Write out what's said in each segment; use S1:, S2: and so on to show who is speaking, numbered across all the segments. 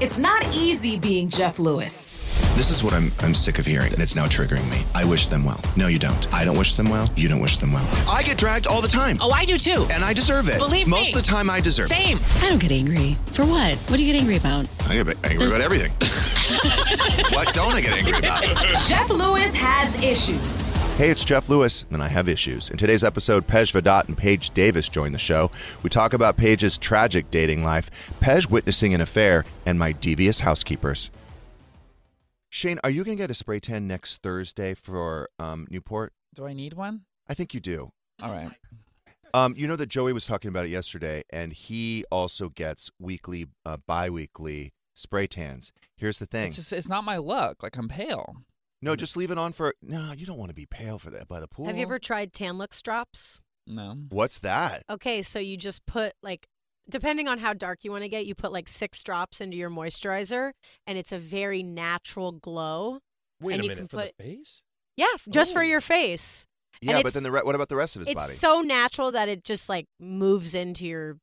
S1: It's not easy being Jeff Lewis.
S2: This is what I'm, I'm sick of hearing, and it's now triggering me. I wish them well. No, you don't. I don't wish them well. You don't wish them well. I get dragged all the time.
S3: Oh, I do too.
S2: And I deserve it.
S3: Believe
S2: Most
S3: me.
S2: of the time, I deserve it.
S3: Same.
S4: I don't get angry. For what? What do you get angry about?
S2: I get angry about everything. what don't I get angry about?
S1: Jeff Lewis has issues.
S2: Hey, it's Jeff Lewis, and I have issues. In today's episode, Pej Vadat and Paige Davis join the show. We talk about Paige's tragic dating life, Pej witnessing an affair, and my devious housekeepers. Shane, are you going to get a spray tan next Thursday for um, Newport?
S5: Do I need one?
S2: I think you do.
S5: All right.
S2: Um, you know that Joey was talking about it yesterday, and he also gets weekly, uh, bi-weekly spray tans. Here's the thing.
S5: It's just it's not my look. Like I'm pale.
S2: no, just leave it on for. No, you don't want to be pale for that by the pool.
S6: Have you
S7: Mm-hmm.
S6: ever tried Tamlux drops?
S5: No.
S2: What's that?
S6: Okay, so you just put like depending on how dark you want to get, you put like 6 drops into your moisturizer and it's a very natural glow.
S7: Wait
S6: and
S7: a
S6: you
S7: minute
S6: can
S7: for
S6: put
S7: the face.
S6: Yeah, f- just for
S7: Oh.
S6: your face. And
S2: Yeah, but
S6: it's-
S2: then the re- what about the rest of his
S6: It's
S2: body?
S6: so natural that it just like moves into your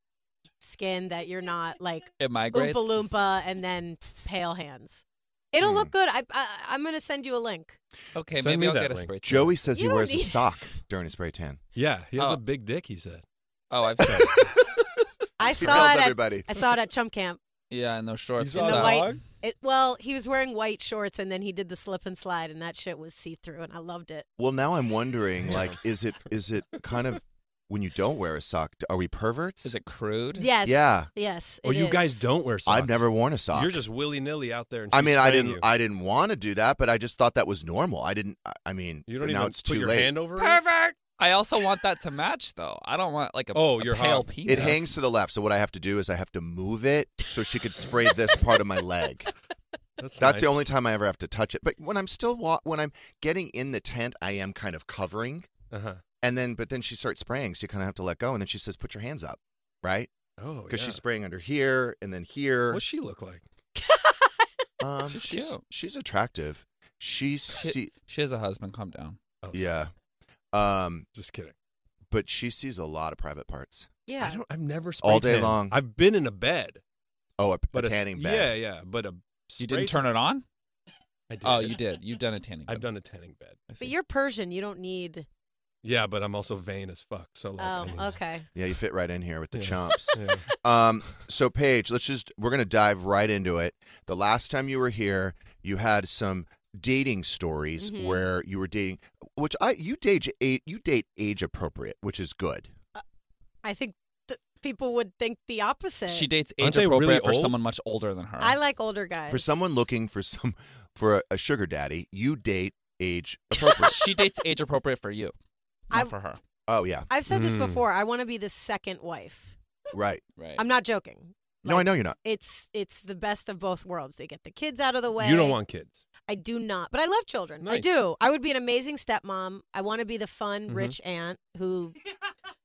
S6: skin that you're not like
S5: It
S6: Oompa
S5: migrates.
S6: Loompa and then pale hands. It'll look good.
S7: Mm-hmm.
S6: I, I I'm gonna send you a link.
S5: Okay,
S7: Send me
S5: maybe I'll
S7: that
S5: get a
S7: link.
S5: spray. tan.
S2: Joey says
S6: You
S2: he
S6: don't
S2: wears a
S6: need-
S2: sock during a spray tan.
S7: Yeah, he has
S5: Oh.
S7: a big dick. He said.
S5: Oh, I've said.
S6: I
S2: He
S6: saw
S2: tells
S6: it.
S2: everybody.
S6: At, I saw it at Chump Camp.
S5: yeah, no shorts.
S7: saw
S6: in the
S7: that?
S5: It's
S6: white.
S5: out.
S7: Dog?
S6: It, well, he was wearing white shorts, and then he did the slip and slide, and that shit was see through, and I loved it.
S2: Well, now I'm wondering, like, is it is it kind of when you don't wear a sock? Are we perverts?
S5: Is it crude?
S6: Yes.
S2: Yeah.
S6: Yes.
S7: Or
S6: it
S7: Oh, you guys
S6: is.
S7: don't wear socks.
S2: I've never worn a sock.
S7: You're just willy nilly out there. And
S2: I
S7: she's
S2: mean, I
S7: spraying
S2: didn't.
S7: You,
S2: I didn't want to do that, but I just thought that was normal. I didn't. I- I mean,
S7: you don't
S2: now
S7: even
S2: it's
S7: put
S2: too
S7: your
S2: late.
S7: hand over it.
S5: Pervert. I also want that to match though. I don't want like a
S7: Oh,
S5: a
S7: you're
S5: pale
S7: hot.
S5: penis.
S2: It hangs to the left, so what I have to do is I have to move it so she could spray this part of my leg.
S7: That's,
S2: That's the
S7: nice.
S2: only time I ever have to touch it. But when I'm still wa- when I'm getting in the tent, I am kind of covering,
S7: Uh-huh.
S2: and then but then she starts spraying, so you kind of have to let go, and then she says, "Put your hands up," right?
S7: Oh,
S2: Because
S7: yeah.
S2: she's spraying under here and then here.
S7: What's she look like?
S2: um,
S5: She's cute.
S2: she's attractive. She's
S5: She,
S2: see-
S5: she has a husband. Calm down.
S7: Oh, sorry.
S2: yeah, um,
S7: Just kidding.
S2: but she sees a lot of private parts.
S6: Yeah.
S7: I don't. I've never spray
S2: All day
S7: tanned.
S2: long.
S7: I've been in a bed,
S2: Oh, a,
S7: but
S2: a
S7: a s-
S2: tanning bed.
S7: Yeah, yeah. But a
S5: You didn't turn it on?
S7: I did.
S5: Oh, you did. You've done a tanning.
S7: I've
S5: bed.
S7: done a tanning bed.
S5: I
S6: But
S5: see.
S6: you're Persian. You don't need.
S7: Yeah, but I'm also vain as fuck. So like, I
S6: Um.
S7: mean,
S6: okay.
S2: Yeah, you fit right in here with the
S7: Yeah.
S2: chomps.
S7: yeah.
S2: Um, so Paige, let's just we're gonna dive right into it. The last time you were here, you had some dating stories
S6: Mhm.
S2: where you were dating, which I you date a- you date age appropriate, which is good.
S6: I think th- people would think the opposite.
S5: She dates
S7: Aren't
S5: age
S7: they really
S5: appropriate for
S7: old?
S5: someone much older than her.
S6: I like older guys.
S2: For someone looking for some for a, a sugar daddy, you date age appropriate.
S5: she dates age appropriate for you, not
S6: I-
S5: for her.
S2: oh yeah,
S6: I've said this
S7: Mm.
S6: before. I want to be the second wife.
S2: right.
S5: Right.
S6: I'm not joking.
S2: No, I know you're not.
S6: It's it's the best of both worlds. They get the kids out of the way.
S7: You don't want kids.
S6: I do not, but I love children. I
S7: Nice.
S6: do. I would be an amazing stepmom. I want to be the fun,
S7: Mhm.
S6: rich aunt who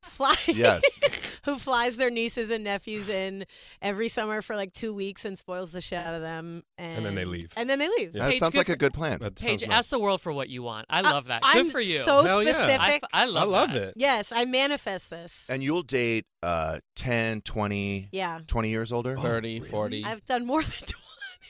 S6: flies
S2: Yes.
S6: who flies their nieces and nephews in every summer for like two weeks and spoils the shit out of them, and,
S7: then they leave.
S6: And then they leave.
S7: Yeah.
S2: That
S4: Paige,
S2: sounds
S4: good
S2: like a
S4: for-
S2: good plan.
S7: That
S4: Paige,
S7: sounds nice.
S4: ask the world for what you want. I love that.
S6: Uh, I'm
S4: Good for you.
S6: So
S7: Hell yeah.
S6: specific.
S4: I, f- I love,
S7: I love it.
S6: yes, I manifest this.
S2: and you'll date uh 10, 20,
S6: yeah,
S2: 20 years older.
S7: Oh,
S5: 30, 40.
S6: I've done more than. 20.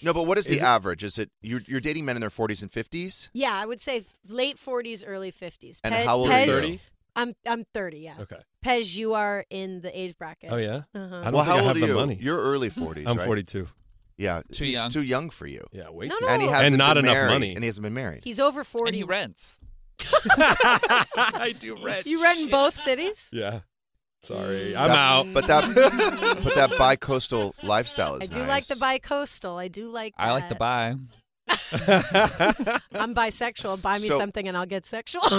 S2: No, but what is,
S7: Is
S2: the
S7: it-
S2: average? Is it you're, you're dating men in their 40s and 50s?
S6: Yeah, I would say late forties, early fifties.
S2: And how old
S7: You're
S2: are you?
S7: Thirty.
S6: I'm I'm 30. Yeah.
S7: Okay.
S6: Pej, you are in the age bracket.
S7: Oh yeah.
S6: Uh-huh.
S7: I don't
S2: well,
S7: think
S2: how
S7: I have
S2: old are
S7: the
S2: you?
S7: money.
S2: You're early 40s.
S7: I'm
S2: right?
S7: 42.
S2: Yeah,
S5: Too
S2: he's
S5: young.
S2: too young for you.
S7: Yeah, way
S6: No,
S7: too.
S6: no.
S2: And he hasn't
S7: And not
S2: been
S7: enough
S2: married,
S7: money.
S2: And he hasn't been married.
S6: He's over 40.
S5: And he rents.
S7: I do rent.
S6: You rent in both cities?
S7: Yeah.
S6: Mm.
S7: Sorry, I'm
S2: That-
S7: out.
S2: But that, but that bi-coastal lifestyle
S6: I
S2: is
S6: do
S2: nice.
S6: like the bi-coastal. I do like.
S5: I like the
S6: that.
S5: buy.
S6: I'm bisexual. Buy me
S2: So-
S6: something and I'll get sexual.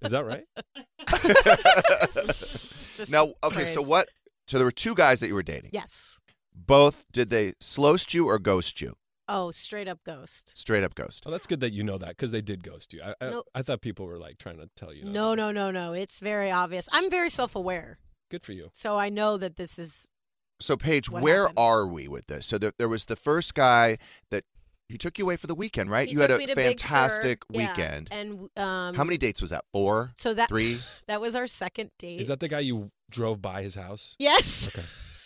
S7: Is that right?
S6: It's just
S2: Now, okay, so
S6: crazy.
S2: what? So there were two guys that you were dating.
S6: Yes.
S2: Both did they sloast you or ghost you?
S6: Oh, straight up ghost.
S2: Straight up ghost.
S7: Oh, that's good that you know that because they did ghost you. I, I,
S6: Nope.
S7: uh, I thought people were like trying to tell you.
S6: No, no, no, no. It's very obvious. I'm very self-aware,
S7: Good for you.
S6: so I know that this is.
S2: So Paige,
S6: What
S2: where
S6: happened?
S2: are we with this? So there, there was the first guy that he took you away for the weekend, right?
S6: He
S2: you had
S6: took
S2: a
S6: me to Big Sur,
S2: fantastic
S6: yeah,
S2: weekend.
S6: and um,
S2: How many dates was that? Four,
S6: So that
S2: three?
S6: that was our second date.
S7: Is that the guy you drove by his house?
S6: yes?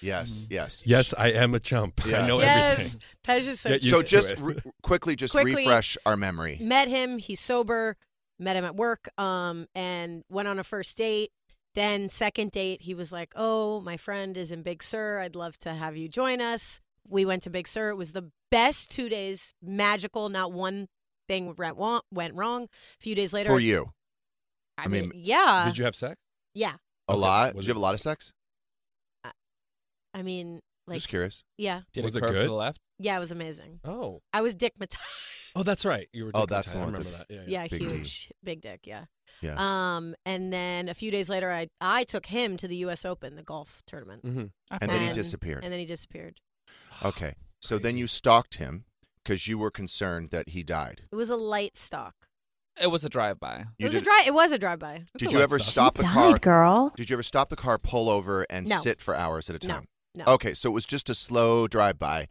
S2: Yes, yes.
S7: Mm. Yes, I am a chump.
S2: Yeah.
S7: I know
S6: Yes.
S7: everything.
S6: Pej is so
S7: Get used
S2: So
S7: to
S2: just
S7: it.
S2: re- quickly, just
S6: Quickly.
S2: refresh our memory.
S6: met him he's sober met him at work um and went on a first date then second date he was like oh my friend is in big sur i'd love to have you join us we went to big sur it was the best two days magical not one thing went wrong went wrong a few days later
S2: For you,
S6: i,
S2: I
S6: mean,
S2: mean,
S6: yeah
S7: Did you have sex?
S6: yeah
S2: a
S7: Okay,
S2: lot.
S7: was
S2: Did you have
S7: it-
S2: a lot of sex?
S6: i mean like
S2: just curious.
S6: yeah
S5: Did
S7: Was it
S5: it curve
S7: good?
S5: to the left?
S6: yeah it was amazing
S7: Oh,
S6: i was dickmatized
S7: oh, that's right. You were.
S2: Oh, that's
S7: dickmatized.
S2: the
S7: I
S2: one with
S7: remember that. Yeah, yeah.
S6: yeah,
S2: Big D.
S6: huge big dick yeah
S2: Yeah.
S6: um and then a few days later i i took him to the us open the golf tournament
S7: Mm-hmm.
S2: And then he
S6: And-
S2: disappeared.
S6: and then he disappered
S2: Okay. So then
S7: Crazy.
S2: you stalked him because you were concerned that he died.
S6: it was a light stalk
S5: It was a drive by.
S6: it
S2: You
S6: was a
S2: did-
S6: drive it was a drive by
S2: Did
S7: a
S2: you
S7: light
S2: ever
S7: stop.
S2: stop the car? Girl. Did you ever stop the car, pull over, and
S6: No.
S2: sit for hours at a
S6: No,
S2: time?
S6: no
S2: Okay, so it was just a slow drive by,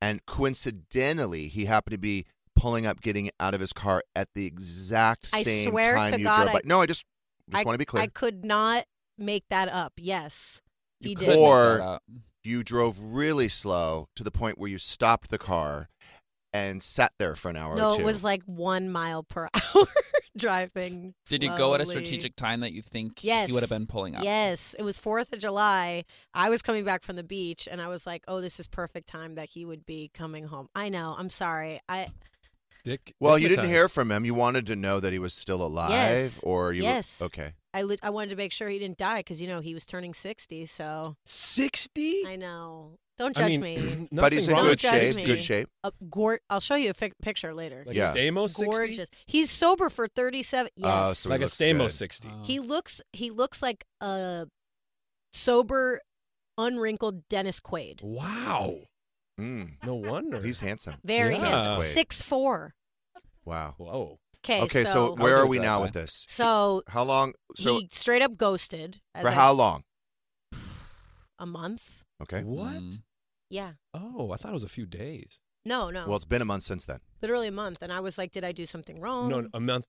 S2: and coincidentally, he happened to be pulling up, getting out of his car at the exact
S6: I
S2: same
S6: swear
S2: time
S6: to
S2: you
S6: God,
S2: drove by.
S6: I-
S2: No, I just just
S6: I-
S2: want to be clear.
S6: i could not make that up yes
S5: You
S6: he
S5: could
S6: did
S5: make
S2: Or-
S5: that up.
S2: you drove really slow to the point where you stopped the car and sat there for an hour or
S6: no
S2: two.
S6: it was like one mile per hour driving
S5: Did you go at a
S6: slowly.
S5: strategic time that you think
S6: Yes.
S5: he would have been pulling up?
S6: Yes, it was Fourth of July. I was coming back from the beach, and I was like, "Oh, this is perfect time that he would be coming home." I know. I'm sorry. I
S7: Dick.
S2: well, you didn't
S7: dickmatized.
S2: hear from him. You wanted to know that he was still alive,
S6: Yes.
S2: or you.
S6: Yes.
S2: Okay.
S6: I lit I wanted to make sure he didn't die because you know he was turning sixty. So
S7: sixty.
S6: I know. Don't
S7: I
S6: judge
S7: mean,
S6: me.
S2: But
S7: nothing
S2: he's in
S7: wrong
S6: Don't
S2: good
S7: with
S6: judge
S2: shape.
S7: 60.
S6: me.
S2: Good shape.
S6: A gor- I'll show you a fic- picture later.
S7: Like
S2: Yeah.
S7: a Stamos Oh, sixty. Uh,
S6: Gorgeous. He's sober for thirty-seven. Yes.
S2: Oh, so
S7: Like
S2: He
S7: a
S2: looks
S7: Stamos
S2: good.
S7: sixty.
S5: Oh.
S6: He looks he looks like a sober, unwrinkled Dennis Quaid.
S7: Wow.
S2: Mm,
S7: No wonder.
S2: he's handsome.
S6: Very
S7: Yeah.
S6: handsome.
S7: Quaid.
S6: Six four.
S2: Wow.
S7: Whoa.
S6: Okay.
S2: Okay, so,
S6: so
S2: where
S5: I'll
S2: are
S5: go
S2: we
S5: that
S2: now
S5: way.
S2: with this?
S6: so
S2: How long? So
S6: he straight up ghosted as
S2: for
S6: I-
S2: how long?
S6: a month.
S2: Okay.
S7: What?
S6: Mm-hmm.
S5: Mm.
S6: Yeah.
S7: Oh, I thought it was a few days.
S6: No, no.
S2: Well, it's been a month since then.
S6: literally a month, and I was like, "Did I do something wrong?"
S7: No, a month.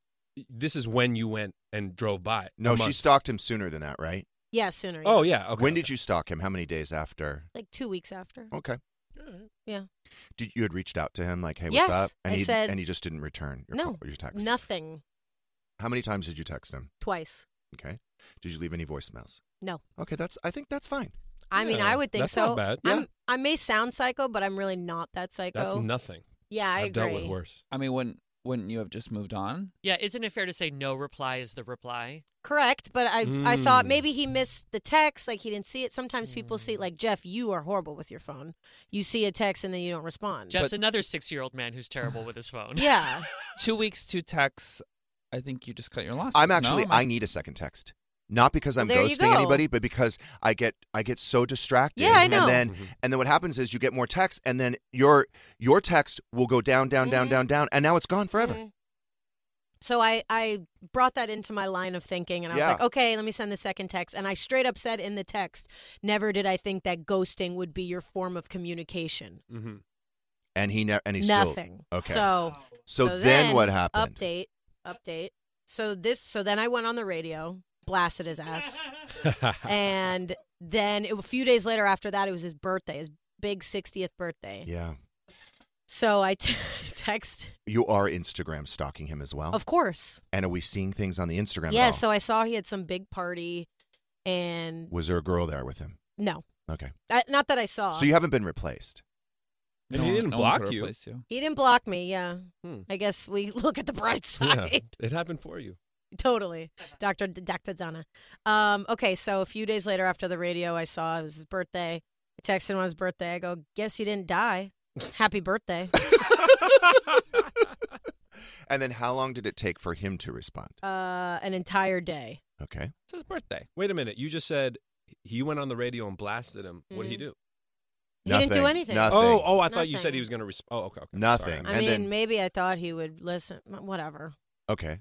S7: This is when you went and drove by.
S2: No,
S7: A
S2: she
S7: month.
S2: stalked him sooner than that, right?
S6: Yeah, sooner. yeah.
S7: Oh yeah. Okay.
S2: when did you stalk him? How many days after?
S6: like two weeks after.
S2: Okay. Oh.
S6: Yeah.
S2: Did you had reached out to him like, "Hey,
S6: Yes,
S2: what's up?" And
S6: I
S2: he
S6: said-
S2: and he just didn't return your
S6: no,
S2: call, your text.
S6: nothing.
S2: How many times did you text him?
S6: Twice.
S2: Okay. Did you leave any voicemails?
S6: No.
S2: Okay, that's I think that's fine.
S6: I mean,
S7: Yeah,
S6: I would think
S7: that's
S6: so.
S7: not bad.
S6: I'm,
S2: Yeah.
S6: I may sound psycho, but I'm really not that psycho.
S7: That's nothing.
S6: yeah, I
S7: have
S6: agree.
S7: dealt with worse.
S5: I mean, wouldn't wouldn't you have just moved on?
S4: Yeah, isn't it fair to say no reply is the reply?
S6: Correct, but I I thought
S7: Mm.
S6: maybe he missed the text, like he didn't see it. Sometimes people see
S7: Hmm.
S6: like Jeff, you are horrible with your phone. You see a text and then you don't respond.
S4: Jeff's another six-year-old man who's terrible with his phone.
S6: yeah,
S5: Two weeks, two texts. I think you just cut your losses.
S2: I'm
S5: no?
S2: actually
S5: Am
S2: I need a second text. Not because I'm
S6: There you
S2: ghosting
S6: go.
S2: anybody, but because I get I get so distracted.
S6: Yeah, I know.
S2: And then
S7: Mm-hmm.
S2: and then what happens is you get more text and then your your text will go down down
S6: Mm-hmm.
S2: down down down and now it's gone forever.
S6: Mhm. So I I brought that into my line of thinking, and I
S2: Yeah.
S6: was like, okay, let me send the second text. And I straight up said in the text, never did I think that ghosting would be your form of communication.
S7: Mm-hmm.
S2: And he never and he
S6: Nothing.
S2: still Okay.
S6: So
S2: So then what happened?
S6: Update. Update. So this. So then I went on the radio, blasted his ass, and then it, a few days later after that, it was his birthday, his big 60th birthday,
S2: Yeah.
S6: So I t- text,
S2: You are Instagram stalking him as well.
S6: of course.
S2: and are we seeing things on the Instagram? at
S6: Yeah,
S2: all?
S6: so I saw he had some big party, and
S2: was there a girl there with him?
S6: no,
S2: Okay.
S6: I, not that I saw.
S2: So you haven't been replaced.
S7: And he didn't
S5: no one
S7: block
S5: could
S7: you.
S5: replace you.
S6: he didn't block me. Yeah,
S7: Hmm.
S6: I guess we look at the bright
S7: Yeah,
S6: side.
S7: it happened for you.
S6: totally, Doctor Doctor Donna. Um, okay, so a few days later, after the radio, I saw it was his birthday. I texted him on his birthday. I go, guess you didn't die. Happy birthday.
S2: And then how long did it take for him to respond?
S6: Uh, an entire day.
S2: Okay.
S5: It's his birthday.
S7: Wait a minute. You just said he went on the radio and blasted him. What did he
S6: Mhm.
S7: do?
S6: He didn't do
S2: Nothing.
S6: anything.
S2: Nothing.
S7: Oh, oh, I thought you said
S6: Nothing.
S7: he was going to respond. Oh, okay. okay.
S2: Nothing.
S7: Sorry.
S6: I
S2: And
S6: mean,
S2: then-
S6: maybe I thought he would listen. Whatever.
S2: Okay.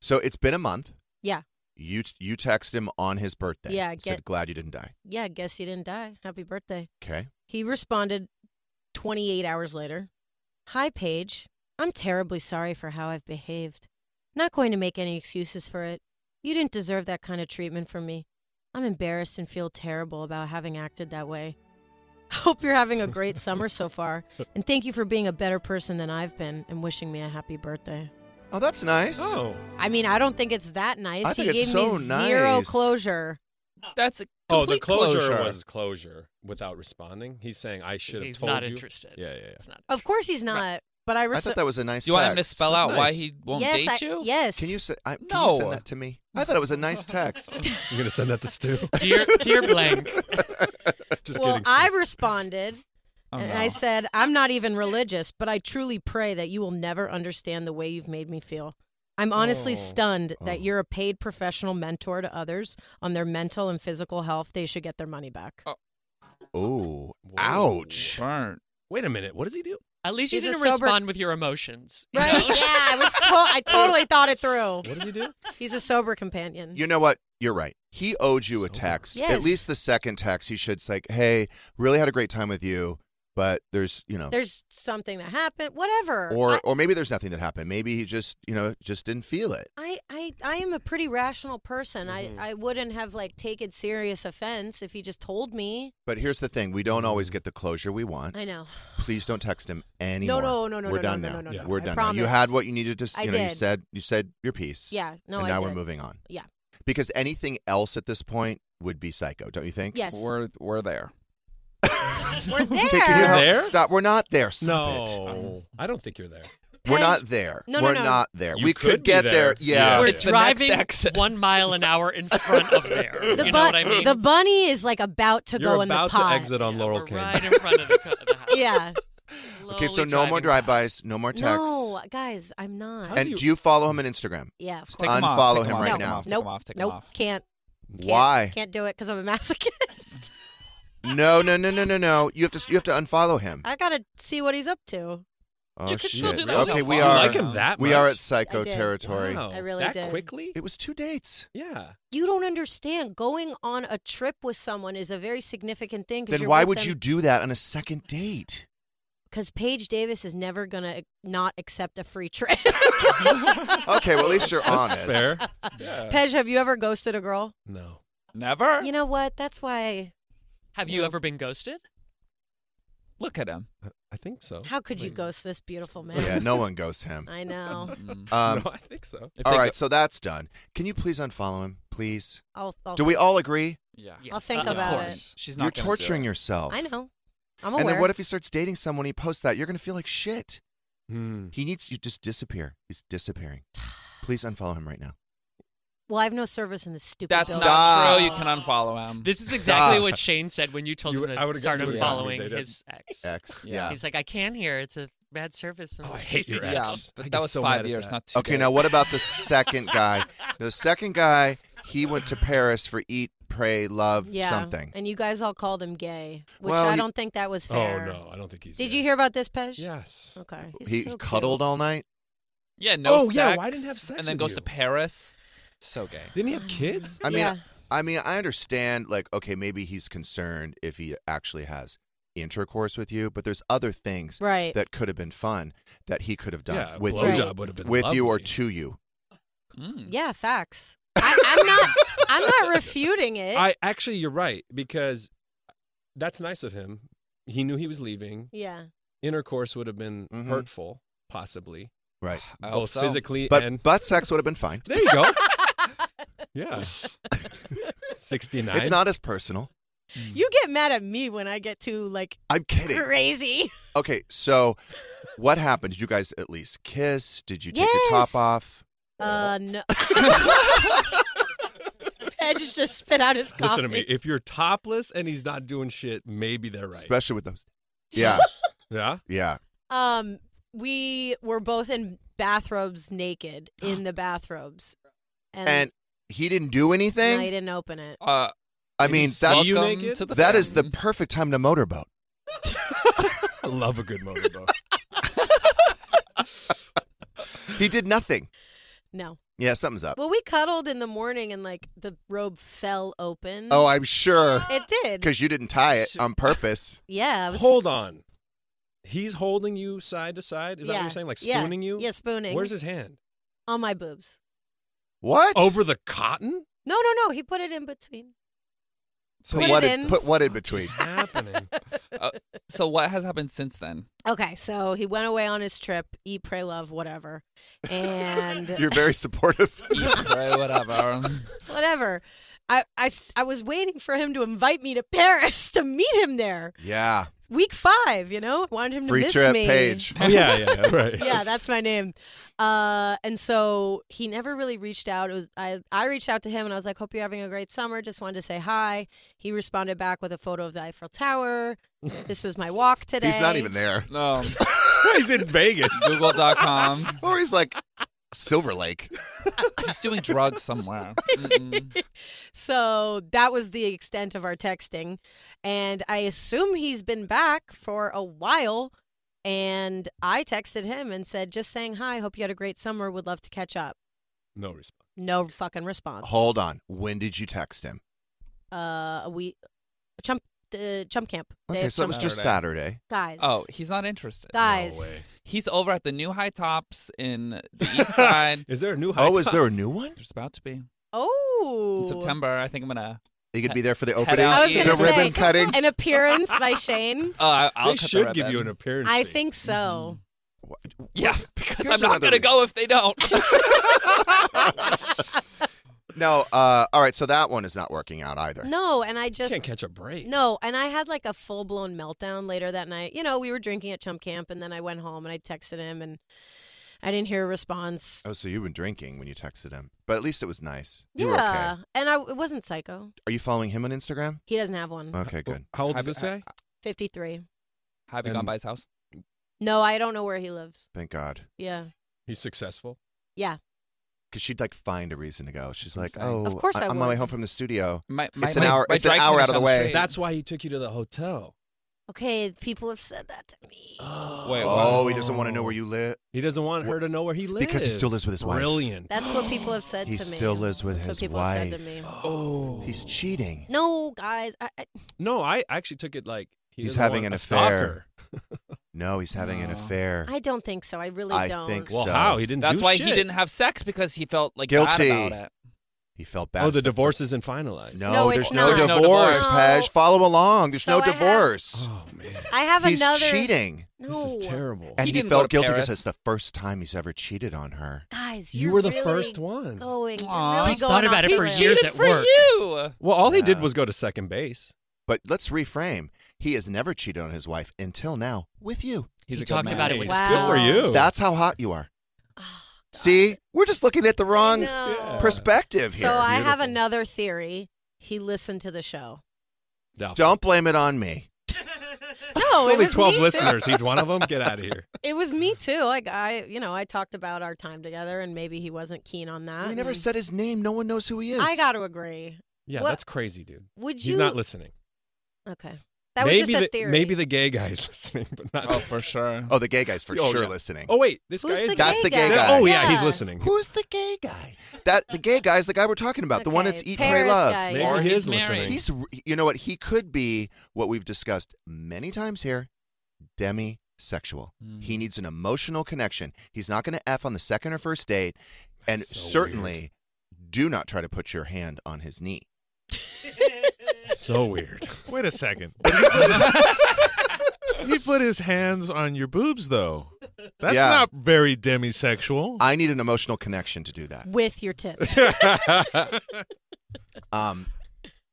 S2: So it's been a month.
S6: Yeah.
S2: You you text him on his birthday.
S6: Yeah,
S2: and
S6: get-
S2: said glad you didn't die.
S6: Yeah, guess you didn't die. Happy birthday.
S2: Okay.
S6: He responded 28 hours later Hi, Paige. I'm terribly sorry for how I've behaved. Not going to make any excuses for it. You didn't deserve that kind of treatment from me. I'm embarrassed and feel terrible about having acted that way. Hope you're having a great summer so far, and thank you for being a better person than I've been and wishing me a happy birthday.
S2: Oh, that's nice.
S7: Oh.
S6: I mean, I don't think it's that nice.
S2: I
S6: he
S2: think it's
S6: gave
S2: so
S6: me zero
S2: nice.
S6: closure.
S5: That's a
S7: Oh, the
S5: complete
S7: closure, was closure without responding. He's saying I should have
S4: He's
S7: told
S4: not
S7: you.
S4: interested.
S7: Yeah, yeah, yeah.
S4: It's not.
S6: Of course, he's not. But I,
S2: I
S6: res-
S2: thought that was a nice
S5: Do you want him to
S2: text.
S5: spell
S7: That's
S5: out why
S7: nice.
S5: he won't
S6: yes,
S5: date
S6: I-
S5: you?
S6: Yes.
S2: Can you, se- I, can you
S5: No.
S2: send that to me? I thought it was a nice text.
S7: I'm going to send that to Stu.
S4: Dear, dear blank.
S7: just
S6: well,
S7: kidding. Stu.
S6: I responded
S5: Oh,
S6: and
S5: no.
S6: I said, I'm not even religious, but I truly pray that you will never understand the way you've made me feel. I'm honestly
S7: Oh.
S6: stunned
S2: Oh.
S6: that you're a paid professional mentor to others on their mental and physical health. They should get their money back.
S2: oh,
S7: Whoa.
S2: ouch.
S5: Burnt.
S7: Wait a minute. What does he do?
S4: At least you
S6: He's a
S4: didn't
S6: sober-
S4: respond with your emotions. you
S6: Right?
S4: know?
S6: yeah, I was. To- I totally thought it through.
S7: What does he do?
S6: He's a sober companion.
S2: You know what? You're right. He owed you a
S7: So-
S2: text. At
S6: Yes.
S2: least the second text, he should say, "Hey, really had a great time with you, but there's, you know,
S6: There's something that happened. Whatever.
S2: or
S6: I,
S2: or maybe there's nothing that happened. Maybe he just, you know, just didn't feel it.
S6: I, I, I am a pretty rational person. I, I wouldn't have like taken serious offense if he just told me.
S2: But here's the thing: we don't always
S7: Mm.
S2: get the closure we want.
S6: I know.
S2: Please don't text him anymore.
S6: no, no, no,
S2: We're
S6: no,
S2: done
S6: no,
S2: now.
S6: no, no, no, no.
S2: We're
S6: I
S2: done. Now. You had
S6: promise.
S2: what you needed to. s-
S6: I
S2: You know, you
S6: did.
S2: said you said your piece.
S6: Yeah. No.
S2: and
S6: I
S2: now we're
S6: did.
S2: moving on
S6: Yeah.
S2: because anything else at this point would be psycho, don't you think?
S6: Yes.
S5: We're we're there.
S6: We're there.
S2: Okay, can you
S7: We're
S2: help-
S7: there?
S2: Stop. We're not there. Stop it.
S7: No, I don't think you're there.
S2: We're
S6: Hey.
S2: not there.
S6: No, no,
S2: We're
S6: no.
S2: not there.
S7: You
S2: we
S7: could
S2: could
S7: be
S2: get
S7: there.
S2: there. Yeah.
S4: We're
S5: It's the next
S4: driving
S5: exit.
S4: one mile an hour in front of there.
S6: The,
S4: you know
S6: bu-
S4: what I mean?
S6: the bunny is like about to
S7: you're
S6: go in
S7: about
S6: the pot.
S7: to exit on Laurel
S4: We're
S7: Cane.
S4: right in front of the, co- the house.
S6: Yeah.
S2: okay, so
S4: Slowly
S2: no more
S4: driving
S2: drive-bys, no more texts.
S6: No, guys, I'm not.
S5: How's
S2: and
S5: you-
S2: do you follow him on Instagram?
S6: yeah, of
S5: Just
S6: course.
S5: take 'em off,
S2: Unfollow
S5: take 'em
S2: him
S5: off,
S2: right
S5: take 'em
S2: now.
S5: off, take 'em
S6: nope.
S5: off, take 'em
S6: nope.
S5: off.
S6: Can't. can't-
S2: Why?
S6: Can't do it because I'm a masochist.
S2: No, no, no, no, no, no. You have to you have to unfollow him.
S6: I gotta see what he's up to.
S2: oh
S4: You could still
S2: shit.
S4: do that.
S2: Okay, we
S7: You
S2: are
S7: like him that
S2: we are at
S7: much?
S2: psycho
S6: I did.
S2: territory.
S7: Wow,
S6: I really
S7: that
S6: did.
S7: quickly.
S2: It was two dates.
S7: Yeah.
S6: You don't understand. Going on a trip with someone is a very significant thing.
S2: Then why would you do that on a second date?
S6: Because Paige Davis is never gonna e, not accept a free trip.
S2: Okay, well at least you're honest.
S7: Fair. Yeah.
S6: Paige, have you ever ghosted a girl?
S7: No.
S5: Never.
S6: You know what? That's why.
S4: Have you ever been ghosted?
S5: Look at him.
S7: I think so.
S5: Oh,
S6: How could you ghost this beautiful man?
S2: Yeah, no one goes him.
S6: I know.
S5: Mm.
S2: Um,
S7: no, I think so.
S5: If
S2: all
S5: they
S2: right,
S5: go-
S2: so that's done. Can you please unfollow him, please?
S6: I'll, I'll
S2: Do we all agree?
S5: yeah.
S4: Yes.
S6: I'll think
S4: Of
S6: about
S4: course.
S6: it.
S5: She's
S2: You're
S5: not gonna do it.
S2: torturing yourself.
S6: I know. I'm aware.
S2: And then what if he starts dating someone? He posts that. You're gonna feel like shit.
S7: Hmm.
S2: He needs you just disappear. He's disappearing. Please unfollow him right now.
S6: well, I have no service in this stupid.
S5: That's
S6: building.
S2: Stop.
S5: not true. You can unfollow him.
S4: This is exactly
S2: Stop.
S4: what Shane said when you told
S7: You- I
S4: him to
S7: would've
S4: start
S7: got- you would've gotten me.
S4: unfollowing
S7: They
S4: his ex.
S2: X.
S5: Yeah.
S4: He's like, I can hear. It's a bad service. and
S7: Oh, I
S4: it's-
S7: hate your ex.
S5: yeah,
S7: I
S5: but
S7: get
S5: that was
S7: so mad
S5: five
S7: at
S5: years,
S7: that.
S5: not two.
S2: Okay,
S5: days.
S2: now what about the second guy? The second guy, he went to Paris for eat, pray, love,
S6: Yeah.
S2: something.
S6: And you guys all called him gay, which
S2: Well,
S6: I
S2: he-
S6: don't think that was
S7: Oh
S6: fair.
S7: no, I don't think he's.
S6: Did
S7: gay.
S6: you hear oh, about this, Pej?
S7: Yes.
S6: Okay. He's
S2: he
S6: so
S2: cuddled
S6: cute.
S2: all night.
S5: Yeah, no.
S7: Oh, yeah,
S5: sex,
S7: why didn't have sex
S5: And then
S7: with
S5: goes
S7: you?
S5: to Paris. So gay.
S7: Didn't he have kids?
S2: I mean,
S6: Yeah.
S2: I mean, I understand. Like, okay, maybe he's concerned if he actually has intercourse with you, but there's other things
S6: Right.
S2: that could have been fun that he could have done
S7: Yeah, a
S2: with
S6: blowjob
S2: you,
S6: Right.
S7: would have been
S2: with you or
S7: lovely.
S2: to you.
S5: Mm.
S6: Yeah. Facts. I, I'm not. I'm not refuting it.
S7: I actually, you're right because that's nice of him. He knew he was leaving.
S6: yeah.
S7: intercourse would have been
S2: Mhm.
S7: hurtful, possibly,
S2: Right.
S5: I hope
S7: both
S5: so.
S7: physically and.
S2: But butt sex would have been fine.
S7: there you go. yeah. 69.
S2: It's not as personal.
S6: You get mad at me when I get too like
S2: I'm kidding.
S6: crazy.
S2: Okay, so what happened? Did you guys at least kiss? Did you take your top
S6: Yes.
S2: off?
S6: Uh, no. Edge just spit out his coffee.
S7: Listen to me. If you're topless and he's not doing shit, maybe they're right.
S2: Especially with those. Yeah,
S7: yeah.
S2: yeah.
S6: Um, we were both in bathrobes, naked in the bathrobes, and,
S2: And he didn't do
S6: and I
S2: anything?
S6: didn't open it.
S5: Uh,
S2: I mean,
S5: it's
S2: that's
S7: you
S5: welcome
S7: naked?
S5: to the
S2: that is the
S5: fam.
S2: perfect time to motorboat.
S7: I love a good motorboat.
S2: He did nothing.
S6: No.
S2: Yeah, something's up.
S6: Well, we cuddled in the morning, and like the robe fell open.
S2: Oh, I'm sure.
S6: it did.
S2: Because you didn't tie it on purpose.
S6: Yeah, it was
S7: Hold on. He's holding you side to side. Is that what
S6: Yeah.
S7: you're saying? Like
S6: Yeah.
S7: spooning you?
S6: Yeah, spooning.
S7: Where's his hand?
S6: on my boobs.
S2: What?
S7: Over the cotton?
S6: No, no, no. He put it in between.
S5: so,
S6: Put
S2: put
S6: it
S5: what,
S2: what in,
S6: in.
S2: put what in between?
S7: What's happening?
S5: Uh, so what has happened since then?
S6: Okay, so he went away on his trip, eat, pray, love, whatever, and
S2: You're very supportive.
S5: Right, whatever.
S6: whatever. I, I, s- I was waiting for him to invite me to Paris to meet him there.
S2: yeah.
S6: Week five, you know, wanted him to
S2: Free
S6: miss
S2: trip
S6: me.
S2: page.
S7: oh, yeah, yeah, right.
S6: Yeah, that's my name. Uh, and so he never really reached out. It was I, I reached out to him and I was like, "Hope you're having a great summer. Just wanted to say hi." He responded back with a photo of the Eiffel Tower. this was my walk today.
S2: He's not even there.
S5: No.
S7: He's in Vegas.
S5: Google.com.
S2: Or he's like Silver Lake.
S5: He's doing drugs somewhere. Mm-mm.
S6: So that was the extent of our texting. And I assume he's been back for a while. And I texted him and said, just saying hi, hope you had a great summer, would love to catch up.
S7: No response.
S6: No fucking response.
S2: Hold on. When did you text him?
S6: Uh, we, chump, uh, chump camp. They
S2: Okay,
S6: have
S2: so it was
S6: chump
S2: just Saturday.
S6: guys.
S5: Oh, he's not interested.
S6: guys.
S7: way.
S5: He's over at the new high tops in the east side.
S7: Is there a new high
S2: Oh, is there a
S7: top?
S2: new one?
S5: There's about to be.
S6: Oh.
S5: In September, I think I'm gonna.
S2: You could be there for the
S5: Head
S2: opening,
S5: out.
S6: I was
S2: the
S6: gonna say
S2: ribbon cutting.
S6: an appearance by Shane.
S5: Oh, I, I'll
S7: They
S5: cut
S7: should
S5: the
S7: give you an
S5: ribbon.
S7: appearance.
S6: I
S7: fee.
S6: think so.
S5: Yeah, because
S2: Here's
S5: I'm not
S2: another
S5: gonna
S2: reason.
S5: go if they don't.
S2: No, uh, all right, so that one is not working out either.
S6: No, and I
S7: You
S6: just
S7: can't catch a break.
S6: No, and I had like a full blown meltdown later that night. You know, we were drinking at Chump Camp, and then I went home and I texted him, and I didn't hear a response.
S2: Oh, so you've been drinking when you texted him. But at least it was nice. You were
S6: yeah,
S2: okay.
S6: and I it wasn't psycho.
S2: Are you following him on Instagram?
S6: He doesn't have one.
S2: Okay, good.
S7: How old is
S5: Have-
S7: this guy?
S6: Fifty three.
S5: Have you gone
S7: And-
S5: by his house?
S6: No, I don't know where he lives.
S2: Thank God.
S6: Yeah,
S7: He's successful.
S6: yeah.
S2: Because she'd like find a reason to go. She's like,
S5: Exactly.
S2: oh,
S6: Of course I
S2: am on my
S6: would.
S2: home from the studio.
S5: My,
S2: It's an hour- it's an
S5: dry
S2: hour
S5: cleaner's
S2: out of the
S5: down
S2: way.
S5: street.
S7: That's why he took you to the hotel.
S6: Okay, people have said that to me.
S5: Wait,
S2: oh,
S5: wow.
S2: he doesn't want to know where you live.
S7: He doesn't want her to know where he lives
S2: Because he still lives with his wife.
S7: Brilliant.
S6: That's what people have said
S2: He
S6: to me.
S2: still lives with
S6: That's
S2: his
S6: what people have said to me.
S7: Oh,
S2: He's cheating.
S6: No, guys, I, I,
S7: no. I actually took it like he
S2: He's
S7: doesn't
S2: having
S7: want
S2: an
S7: a stalker.
S2: affair. No, he's having an
S5: No.
S2: affair.
S6: I don't think so. I really
S2: I
S6: don't.
S2: think
S7: Well,
S2: So-
S7: how he didn't.
S5: That's
S7: do
S5: why
S7: shit.
S5: he didn't have sex because he felt like
S2: Guilty.
S5: bad about it.
S2: He felt bad.
S7: Oh, the
S2: It's
S7: divorce isn't finalized.
S2: No,
S6: No,
S2: there's
S6: it's
S2: no
S6: not.
S5: There's no
S2: divorce,
S6: divorce.
S2: Pej.
S6: No.
S2: Follow along. There's
S6: So
S2: no
S6: I have-
S2: divorce.
S7: Oh man,
S6: I have
S2: He's
S6: another
S2: cheating.
S6: No,
S7: this is terrible.
S2: And
S5: He
S2: he,
S5: didn't go
S2: felt
S5: to
S2: guilty because
S5: Paris.
S2: it's the first time he's ever cheated on her.
S6: Guys,
S7: You
S6: you're
S7: were the
S6: really
S7: first one.
S6: Going, you're
S5: Aw.
S6: really
S5: He's
S6: going
S4: thought about it
S6: off the
S4: for
S6: rails.
S4: years
S5: Cheated
S4: at
S5: for
S4: work.
S5: you.
S7: Well, all he did
S2: Yeah.
S7: was go to second base.
S2: But let's reframe. He has never cheated on his wife until now with you.
S5: He's
S4: He
S5: a good
S4: talked
S5: man.
S4: about it with
S6: Wow.
S7: Good for you.
S2: That's how hot you are.
S6: Oh,
S2: See, we're just looking at the wrong
S6: No.
S7: Yeah.
S2: perspective
S6: So
S2: here.
S6: I have
S7: Beautiful.
S6: another theory. He listened to the show.
S7: Doubtful.
S2: Don't blame it on me.
S6: No,
S7: There's
S6: it
S7: only
S6: was
S7: twelve
S6: me
S7: listeners. He's one of them. Get out of here.
S6: Too. It was me too. Like I, you know, I talked about our time together, and maybe he wasn't keen on that.
S2: We never
S6: and
S2: said his name. No one knows who he is.
S6: I got to agree.
S7: Yeah,
S6: What-
S7: that's crazy, dude.
S6: Would you?
S7: He's not listening.
S6: Okay, that
S7: maybe
S6: was just
S7: the,
S6: a theory.
S7: Maybe the gay guy's listening, but not.
S5: Oh, for sure.
S2: Oh, the gay guy's for
S7: Oh,
S2: sure
S7: yeah.
S2: listening.
S7: Oh wait, this
S6: Who's
S7: guy is.
S6: the
S2: That's
S6: gay
S2: the gay guy.
S7: Oh yeah, he's listening.
S2: Who's the gay guy? That the gay guy's the guy we're talking about. The one that's
S6: Okay,
S2: eat, pray,
S6: Paris
S2: love.
S6: guy,
S7: Maybe
S6: yeah.
S7: he
S5: he's
S7: is
S5: married.
S7: listening.
S2: He's, you know what? He could be what we've discussed many times here demisexual.
S7: Hmm.
S5: Mm.
S2: He needs an emotional connection. He's not going to F on the second or first date. And
S7: That's so
S2: certainly do not try to put your hand on his knee.
S7: so weird.
S8: Wait a second. He put his hands on your boobs, though. That's
S2: Yeah.
S8: not very demisexual.
S2: I need an emotional connection to do that.
S6: with your tits.
S2: Um,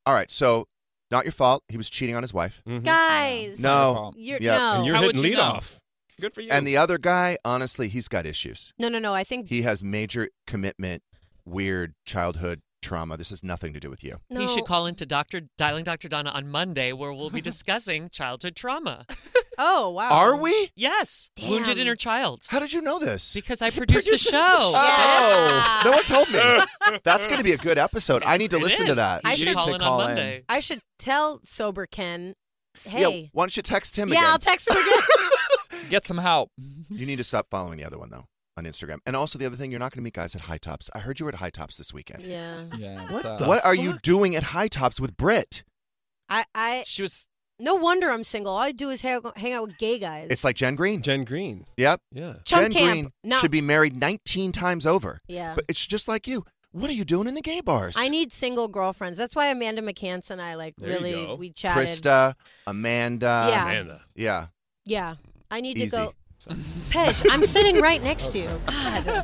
S2: all right, so not your fault. He was cheating on his wife.
S7: Mm.
S6: Guys.
S2: No,
S6: You're,
S2: Yep.
S6: No.
S7: And you're
S4: How would
S7: hitting
S4: you
S7: lead
S4: know?
S7: off. Good for you.
S2: and the other guy, honestly, he's got issues.
S6: no, no, no. I think
S2: He has major commitment, weird childhood trauma. This has nothing to do with you.
S6: no.
S4: He should call into Doctor Dialing Dr. Donna on Monday, where we'll be discussing childhood trauma.
S6: Oh, wow.
S2: Are we?
S4: Yes, wounded
S6: Damn.
S4: inner child.
S2: How did you know this?
S4: Because I produced the show.
S2: Oh,
S6: Yeah.
S2: no one told me. That's going to be a good episode. I need to
S4: It
S2: listen to
S4: is.
S2: that.
S4: You
S6: I
S4: should
S6: should
S4: call
S5: to
S4: in
S5: call
S4: on
S5: in.
S4: Monday.
S6: I should tell sober Ken,
S2: Yeah,
S6: hey.
S2: why don't you text him
S6: Yeah,
S2: again?
S6: I'll text him again.
S5: Get some help.
S2: you need to stop following the other one though on Instagram. And also the other thing, you're not going to meet guys at High Tops. I heard you were at High Tops this weekend.
S6: yeah.
S5: Yeah. uh,
S8: What
S5: so-
S8: the-
S2: what are you
S8: fuck?
S2: doing at High Tops with Brit?
S6: I, I,
S5: She was.
S6: no wonder I'm single. All I do is hang, hang out with gay guys.
S2: It's like Jen Green.
S7: Jen Green.
S2: Yep.
S7: Yeah.
S6: Chump
S2: Jen
S6: camp.
S2: Green
S6: No.
S2: should be married 19 times over.
S6: Yeah.
S2: But it's just like you. What are you doing in the gay bars?
S6: I need single girlfriends. That's why Amanda McCants and I like
S7: There you
S6: really
S7: go.
S6: we chatted.
S2: Krista, Amanda.
S6: Yeah.
S7: Amanda.
S2: Yeah.
S6: Yeah. I need
S2: Easy.
S6: to go. Pej, I'm sitting right next to you. God.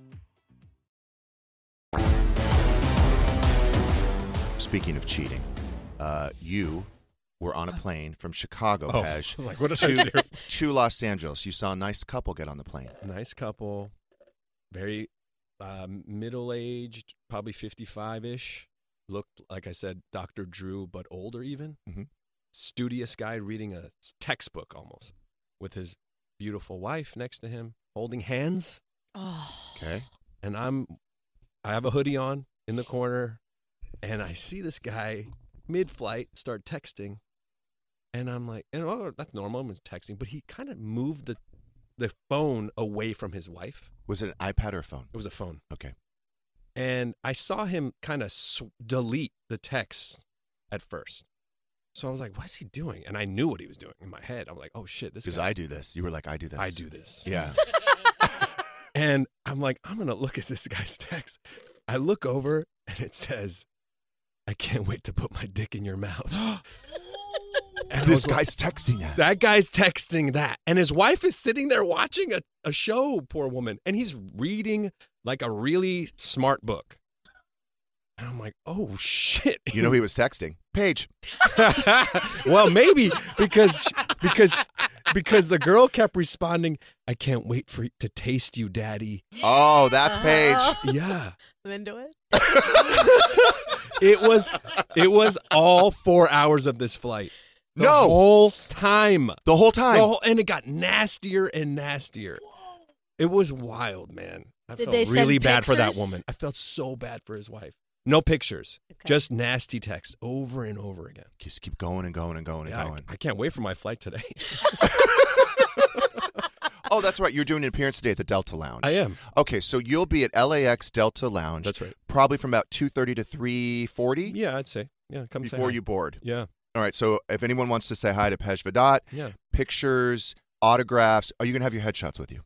S2: Speaking of cheating, uh, you were on a plane from Chicago,
S7: Oh, I
S2: Pej,
S7: was like, what did I
S2: to,
S7: do?
S2: to Los Angeles. You saw a nice couple get on the plane.
S7: Nice couple. Very uh, middle aged, probably 55 ish. Looked, like I said, Dr. Drew, but older even.
S2: Mhm.
S7: Studious guy reading a s- textbook almost with his beautiful wife next to him holding hands.
S2: Okay.
S7: and I'm I have a hoodie on in the corner and I see this guy mid flight start texting and I'm like and oh that's normal I'm just texting but he kind of moved the the phone away from his wife
S2: Was it an iPad or a phone?
S7: it was a phone
S2: Okay.
S7: and I saw him kind of sw- delete the text at first so I was like what's he doing and I knew what he was doing in my head I'm like oh shit this
S2: Because
S7: is
S2: I do this. You were like, I do this.
S7: I do this
S2: Yeah.
S7: And I'm like, I'm going to look at this guy's text. I look over and it says, I can't wait to put my dick in your mouth. And I
S2: this
S7: was like,
S2: guy's texting that.
S7: that guy's texting that. And his wife is sitting there watching a, a show, poor woman. And he's reading like a really smart book. And I'm like, oh shit.
S2: You know who he was texting? Paige.
S7: well, maybe because because because the girl kept responding, I can't wait for to taste you, daddy.
S2: Oh, that's Paige.
S7: Yeah.
S6: I'm into it.
S7: It was It was all four hours of this flight. The
S2: No.
S7: whole time.
S2: The whole time.
S7: The whole- and it got nastier and nastier. It was wild, man. I
S6: Did
S7: felt
S6: they send
S7: really bad for that
S6: pictures?
S7: woman. I felt so bad for his wife. No pictures, just nasty text over and over again.
S2: Just keep going and going and going
S7: Yeah, I-
S2: and going.
S7: I can't wait for my flight today.
S2: Oh, that's right. You're doing an appearance today at the Delta Lounge.
S7: I am.
S2: Okay, so you'll be at LAX Delta Lounge.
S7: That's right.
S2: Probably from about 2:30 to 3:40
S7: yeah, I'd say. Yeah, come say
S2: before
S7: hi.
S2: you board.
S7: Yeah,
S2: All right. So if anyone wants to say hi to Pej Vidat,
S7: yeah.
S2: pictures, autographs, are you going to have your headshots with you?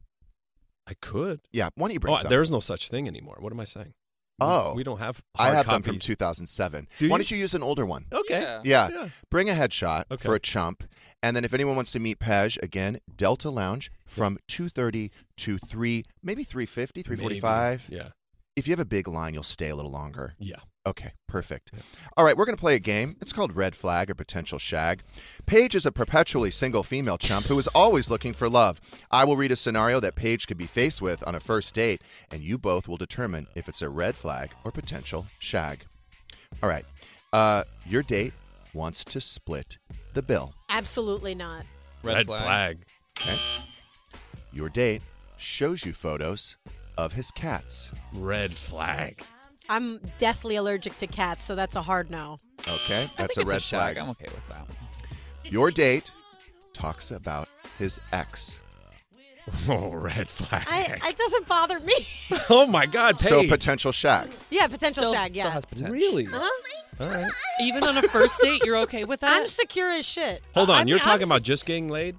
S7: I could.
S2: Yeah, why don't you bring
S7: Oh,
S2: some?
S7: there's no such thing anymore. What am I saying? We-
S2: Oh.
S7: we don't have.
S2: I
S7: hard
S2: have them from
S7: copies.
S2: 2007.
S7: Do
S2: Why
S7: you?
S2: don't you use an older one?
S7: Okay.
S2: Yeah.
S7: Yeah.
S2: Bring a headshot
S7: Okay.
S2: for a chump. And then if anyone wants to meet Pej, again, Delta Lounge from 2.30 to 3, maybe 3.50, 3.45.
S7: Maybe. Yeah.
S2: If you have a big line, you'll stay a little longer.
S7: Yeah.
S2: Okay, perfect. All right, we're going to play a game. It's called Red Flag or Potential Shag. Paige is a perpetually single female chump who is always looking for love. I will read a scenario that Paige could be faced with on a first date, and you both will determine if it's a red flag or potential shag. All right, uh, your date wants to split the bill.
S6: Absolutely not.
S5: Red
S7: Red
S5: flag.
S7: flag.
S2: Okay? Your date shows you photos of his cats.
S7: Red flag.
S6: I'm deathly allergic to cats, so that's a hard no.
S2: Okay,
S5: I
S2: that's
S5: think
S2: a
S5: it's
S2: red
S5: shag.
S2: flag.
S5: I'm okay with that. one.
S2: Your date talks about his ex.
S7: Oh, red flag.
S6: I, it doesn't bother me.
S7: oh my God, Paige.
S2: So potential shag.
S6: yeah, potential
S4: Still-
S6: shag.
S5: Still
S6: Yeah.
S5: has potential.
S7: Really?
S6: Uh-huh.
S7: All right.
S4: Even on a first date, you're okay with that?
S6: I'm secure as shit.
S7: Hold on.
S4: I'm-
S7: You're
S4: I'm
S7: talking
S4: s-
S7: about just getting laid?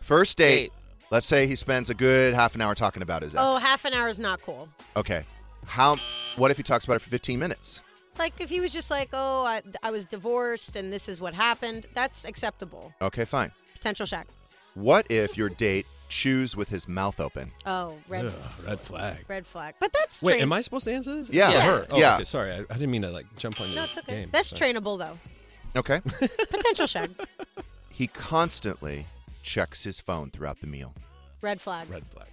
S2: First date.
S5: Date.
S2: Let's say he spends a good half an hour talking about his ex.
S6: Oh, half an hour is not cool.
S2: Okay. How? What if he talks about it for 15 minutes?
S6: Like if he was just like, "Oh, I, I was divorced and this is what happened," that's acceptable.
S2: Okay, fine.
S6: Potential shag.
S2: What if your date chews with his mouth open?
S6: Oh, red,
S7: Ugh, red flag.
S6: red flag. But that's
S7: Wait,
S6: train-
S7: am I supposed to answer this?
S2: Yeah.
S7: It's for her. Oh,
S2: Yeah.
S7: okay, sorry, I, I didn't mean to like jump on your
S6: No, it's okay.
S7: game.
S6: that's
S7: Sorry.
S6: trainable though.
S7: Oh,
S2: Okay.
S6: Potential shag.
S2: he constantly checks his phone throughout the meal.
S6: Red flag.
S7: Red flag.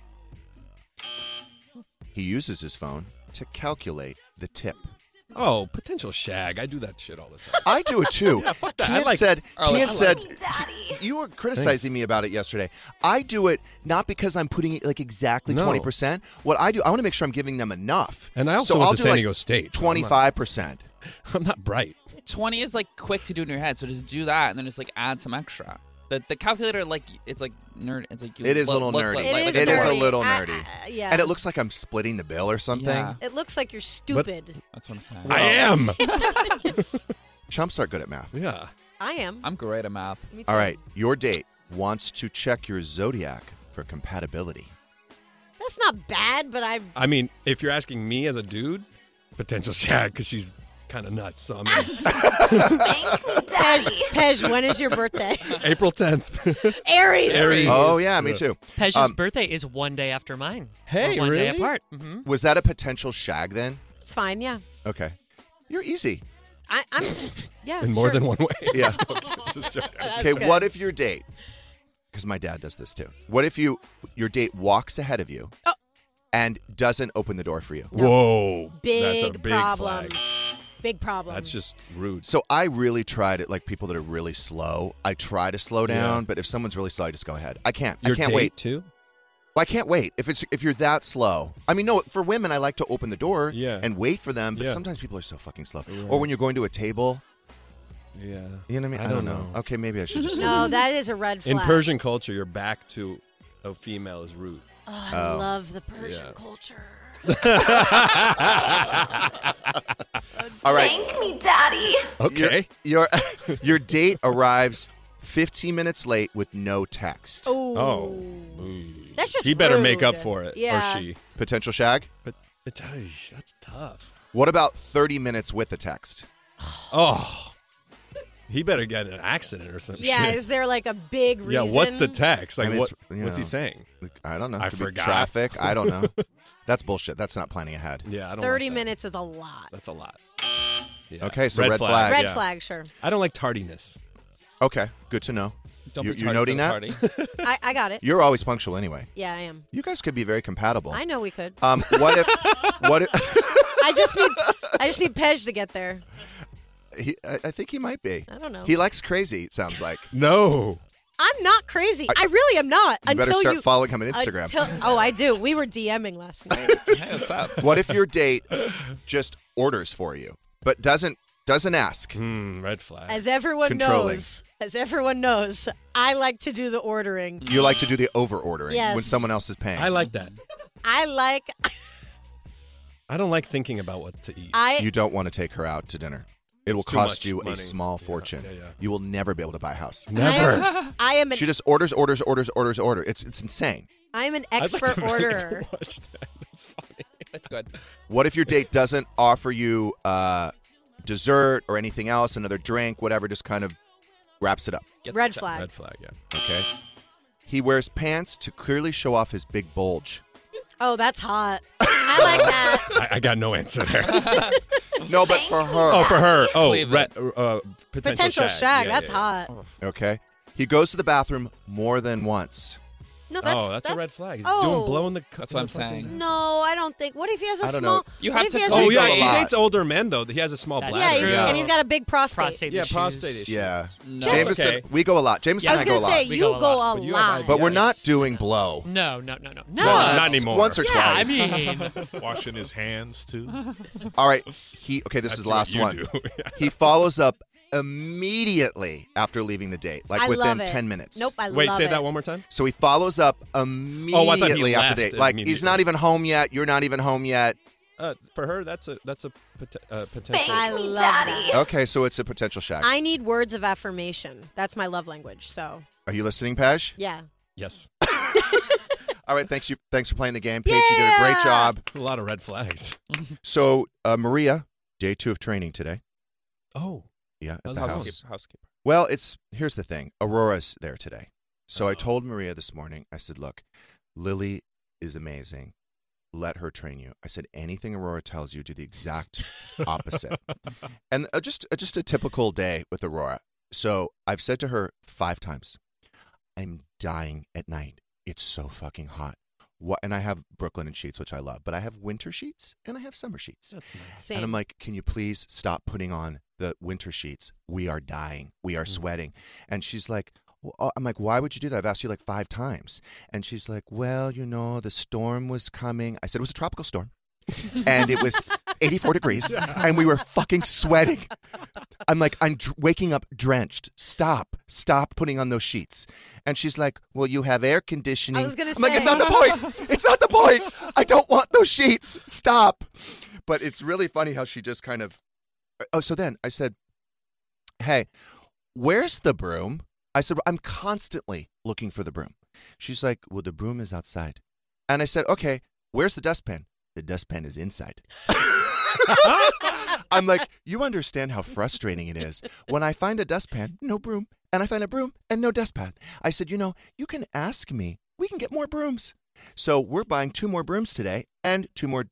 S2: He uses his phone to calculate the tip.
S7: Oh, potential shag. I do that shit all the time.
S2: I do it too. yeah,
S7: fuck that. I
S2: Kant
S7: like-
S2: said.
S5: I like-
S2: Kant said. You were criticizing me about it yesterday. I do it not because I'm putting it like exactly
S7: No.
S2: twenty percent. What I do, I want to make sure I'm giving them enough.
S7: And I also
S2: so
S7: went
S2: I'll
S7: to
S2: do
S7: San
S2: like
S7: Diego State, so I'm not-
S2: Twenty-five percent.
S7: I'm not bright.
S5: 20 is like quick to do in your head, so just do that and then just like add some extra. The, the calculator like it's like nerd. It's like you
S2: It is a
S5: look-
S2: little nerdy.
S5: look- look-
S6: It
S5: like-
S6: is
S5: like uh,
S2: it is a
S6: nerdy.
S2: little
S6: I-
S2: nerdy.
S6: I- yeah.
S2: And it looks like I'm splitting the bill or something.
S5: Yeah.
S6: It looks like you're stupid.
S5: That's what I'm saying.
S7: I am.
S2: Chumps are good at math.
S7: yeah.
S6: I am.
S5: I'm great at math.
S6: Me too.
S2: All right, your date wants to check your zodiac for compatibility.
S6: That's not bad, but I
S7: I mean, if you're asking me as a dude, potential shag because she's kind of nuts. So
S6: Ah.
S7: I mean,
S6: Pej, Pej, when is your birthday?
S7: April 10th.
S6: Aries.
S7: Aries.
S2: Oh yeah, me too.
S4: Pej's
S2: Um,
S4: birthday is one day after mine.
S7: Hey,
S4: We're one day
S7: really?
S4: apart. hmm
S2: was that a potential shag then?
S6: It's fine. Yeah.
S2: Okay, you're easy.
S6: I, I'm. Yeah.
S7: In more
S6: sure.
S7: than one way.
S2: Yeah.
S7: Just joking.
S2: Okay, what if your date? Because my dad does this too. What if you your date walks ahead of you
S6: Oh.
S2: and doesn't open the door for you?
S7: Whoa.
S6: Big,
S7: that's a big
S6: problem.
S7: flag.
S6: Big problem.
S7: That's just rude.
S2: So I really try to like people that are really slow. I try to slow
S7: Yeah.
S2: down, but if someone's really slow, I just go ahead. I can't.
S7: Your
S2: I can't
S7: date
S2: wait.
S7: too.
S2: Well, I can't wait. If it's if you're that slow, I mean, no. For women, I like to open the door
S7: Yeah.
S2: and wait for them. But
S7: Yeah.
S2: sometimes people are so fucking slow.
S7: Yeah.
S2: Or when you're going to a table,
S7: Yeah.
S2: you know what I mean?
S7: I don't know.
S2: Okay, maybe I should just.
S6: no, Oh, that is a red flag.
S7: In Persian culture, your back to a female is rude.
S6: Oh, I
S2: Oh.
S6: love the Persian
S7: Yeah.
S6: culture.
S2: All right.
S7: Okay.
S2: Your your, your date arrives 15 minutes late with no text.
S6: Oh.
S7: Oh.
S6: That's just
S7: He better
S6: rude.
S7: make up for it.
S6: Yeah.
S7: Or she.
S2: Potential shag.
S7: But it's, eesh, that's tough.
S2: What about 30 minutes with a text?
S7: Oh. He better get in an accident or some
S6: Yeah,
S7: shit.
S6: is there like a big reason?
S7: yeah, what's the text? Like
S2: I mean,
S7: what
S2: it's, you
S7: what's he
S2: know.
S7: saying?
S2: I don't know.
S7: I
S2: Could be
S7: forgot.
S2: Traffic. I don't know. That's bullshit. That's not planning ahead.
S7: Yeah, I don't like
S6: 30
S7: that.
S6: minutes is a lot.
S7: That's a lot. Yeah.
S2: Okay, so red flag.
S6: Red
S7: yeah.
S6: flag, sure.
S7: I don't like tardiness.
S2: Okay, good to know.
S5: Don't
S2: you,
S5: be
S2: you're
S5: tardy
S2: noting
S5: for the
S2: that.
S5: party.
S6: I, I got it.
S2: You're always punctual anyway.
S6: Yeah, I am.
S2: You guys could be very compatible.
S6: I know we could.
S2: Um, what if what if
S6: I just need I just need Pej to get there.
S2: He, I, I think he might be.
S6: I don't know.
S2: He likes crazy. It sounds like.
S7: no.
S6: I'm not crazy. I, really am not.
S2: You
S6: until
S2: better start
S6: you
S2: following him on Instagram.
S6: until- oh, I do. We were DMing last night.
S2: what if your date just orders for you, but doesn't doesn't ask?
S7: Hmm. red flag.
S6: As everyone
S2: Controlling.
S6: knows, as everyone knows, I like to do the ordering.
S2: You like to do the over ordering
S6: Yes.
S2: when someone else is paying.
S7: I like that.
S6: I like
S7: I don't like thinking about what to eat.
S6: I
S2: you don't want to take her out to dinner. It will
S7: It's too
S2: cost
S7: much
S2: you
S7: money.
S2: a small fortune. You will never be able to buy a house.
S6: I, I am an
S2: She just orders, orders, orders, orders, order. It's it's insane.
S6: I am an
S7: I'd like
S6: expert
S7: to really get to
S6: orderer.
S7: watch that. That's funny.
S5: That's good.
S2: What if your date doesn't offer you uh, dessert or anything else, another drink, whatever? Just kind of wraps it up.
S6: Red flag.
S7: Red flag. Yeah.
S2: Okay. He wears pants to clearly show off his big bulge.
S6: Oh, that's hot. I like that.
S7: I, I got no answer there.
S2: No, but for her.
S7: oh, for her. Oh,
S5: Cleveland.
S7: red, uh, potential,
S6: Potential
S7: shag.
S6: shag.
S7: Yeah,
S6: that's
S7: yeah, yeah.
S6: hot.
S2: Oh. Okay. He goes to the bathroom more than once.
S6: No, that's,
S7: oh, that's, a red flag. He's
S6: oh.
S7: doing blowing the. That's
S5: what I'm saying.
S6: No, I don't think. What if he has a
S2: I don't
S6: small?
S2: know.
S5: You
S6: what
S5: have
S6: if
S5: to
S6: he has
S2: go
S6: a
S7: Oh
S2: He
S7: yeah,
S2: does
S7: she
S2: a lot.
S7: dates older men though. He has a small
S4: That's
S6: Yeah,
S7: bladder.
S6: he's,
S4: true.
S6: and he's got a big prostate.
S4: prostate
S7: Yeah,
S4: issues.
S7: prostate issues.
S2: Yeah.
S5: No.
S2: Jameson,
S7: okay.
S2: we go a lot. Jameson
S6: I
S2: and
S6: was
S2: I go a
S6: gonna
S2: lot.
S6: say
S4: We
S6: you
S4: go
S6: go
S4: a
S6: a
S4: lot.
S7: But you have
S6: lot.
S7: ideas.
S2: but we're
S7: Yikes.
S2: not doing blow.
S4: No, no, no, no, no.
S2: Once-
S7: not anymore.
S2: Once or
S4: Yeah, I
S2: twice.
S4: mean,
S8: Washing his hands too.
S2: All right. He okay, this is the
S7: That's
S2: last
S7: what
S2: one.
S7: you do.
S2: he follows up immediately after leaving the date, like
S6: I
S2: within
S6: love it.
S2: 10 minutes.
S6: Nope, I
S7: Wait,
S6: love
S7: say
S6: it.
S7: that one more time.
S2: So he follows up
S7: Oh, he
S2: immediately after
S7: left
S2: the date. Like he's
S7: immediately.
S2: not even home yet. You're not even home yet.
S7: Uh, for her, that's a that's a pot- uh, potential.
S6: I love that.
S2: Okay, so it's a potential shag.
S6: I need words of affirmation. That's my love language. So
S2: Are you listening, Pej?
S6: yeah,
S7: Yes,
S2: All right, thanks you. Thanks for playing the game, Paige. You did a great
S6: Yeah.
S2: job.
S7: a lot of red flags.
S2: So uh, Maria, day two of training today.
S7: Oh,
S2: Yeah, at
S7: How's
S2: the
S7: the
S2: house.
S5: Housekeeper. Housekeeper.
S2: Well, it's here's the thing. Aurora's there today. So I told Maria this morning, I said, look, Lily is amazing. Let her train you. I said, anything Aurora tells you, do the exact opposite. and uh, just uh, just a typical day with Aurora. So I've said to her five times, I'm dying at night. It's so fucking hot. What? And I have Brooklyn and sheets, which I love, but I have winter sheets and I have summer sheets.
S7: that's nice.
S6: same.
S2: And I'm like, can you please stop putting on the winter sheets? We are dying. We are sweating. And she's like, well, uh, I'm like, why would you do that? I've asked you like five times. And she's like, well, you know, the storm was coming. I said it was a tropical storm. and it was 84 degrees. And we were fucking sweating. I'm like, I'm dr- waking up drenched. Stop. Stop putting on those sheets. And she's like, well, you have air conditioning.
S6: I was gonna
S2: I'm like, it's
S6: say.
S2: not the point. It's not the point. I don't want those sheets. Stop but it's really funny how she just kind of oh so then i said hey where's the broom i said i'm constantly looking for the broom she's like well the broom is outside and i said okay where's the dustpan the dustpan is inside i'm like you understand how frustrating it is when i find a dustpan no broom and i find a broom and no dustpan i said you know you can ask me we can get more brooms so we're buying two more brooms today and two more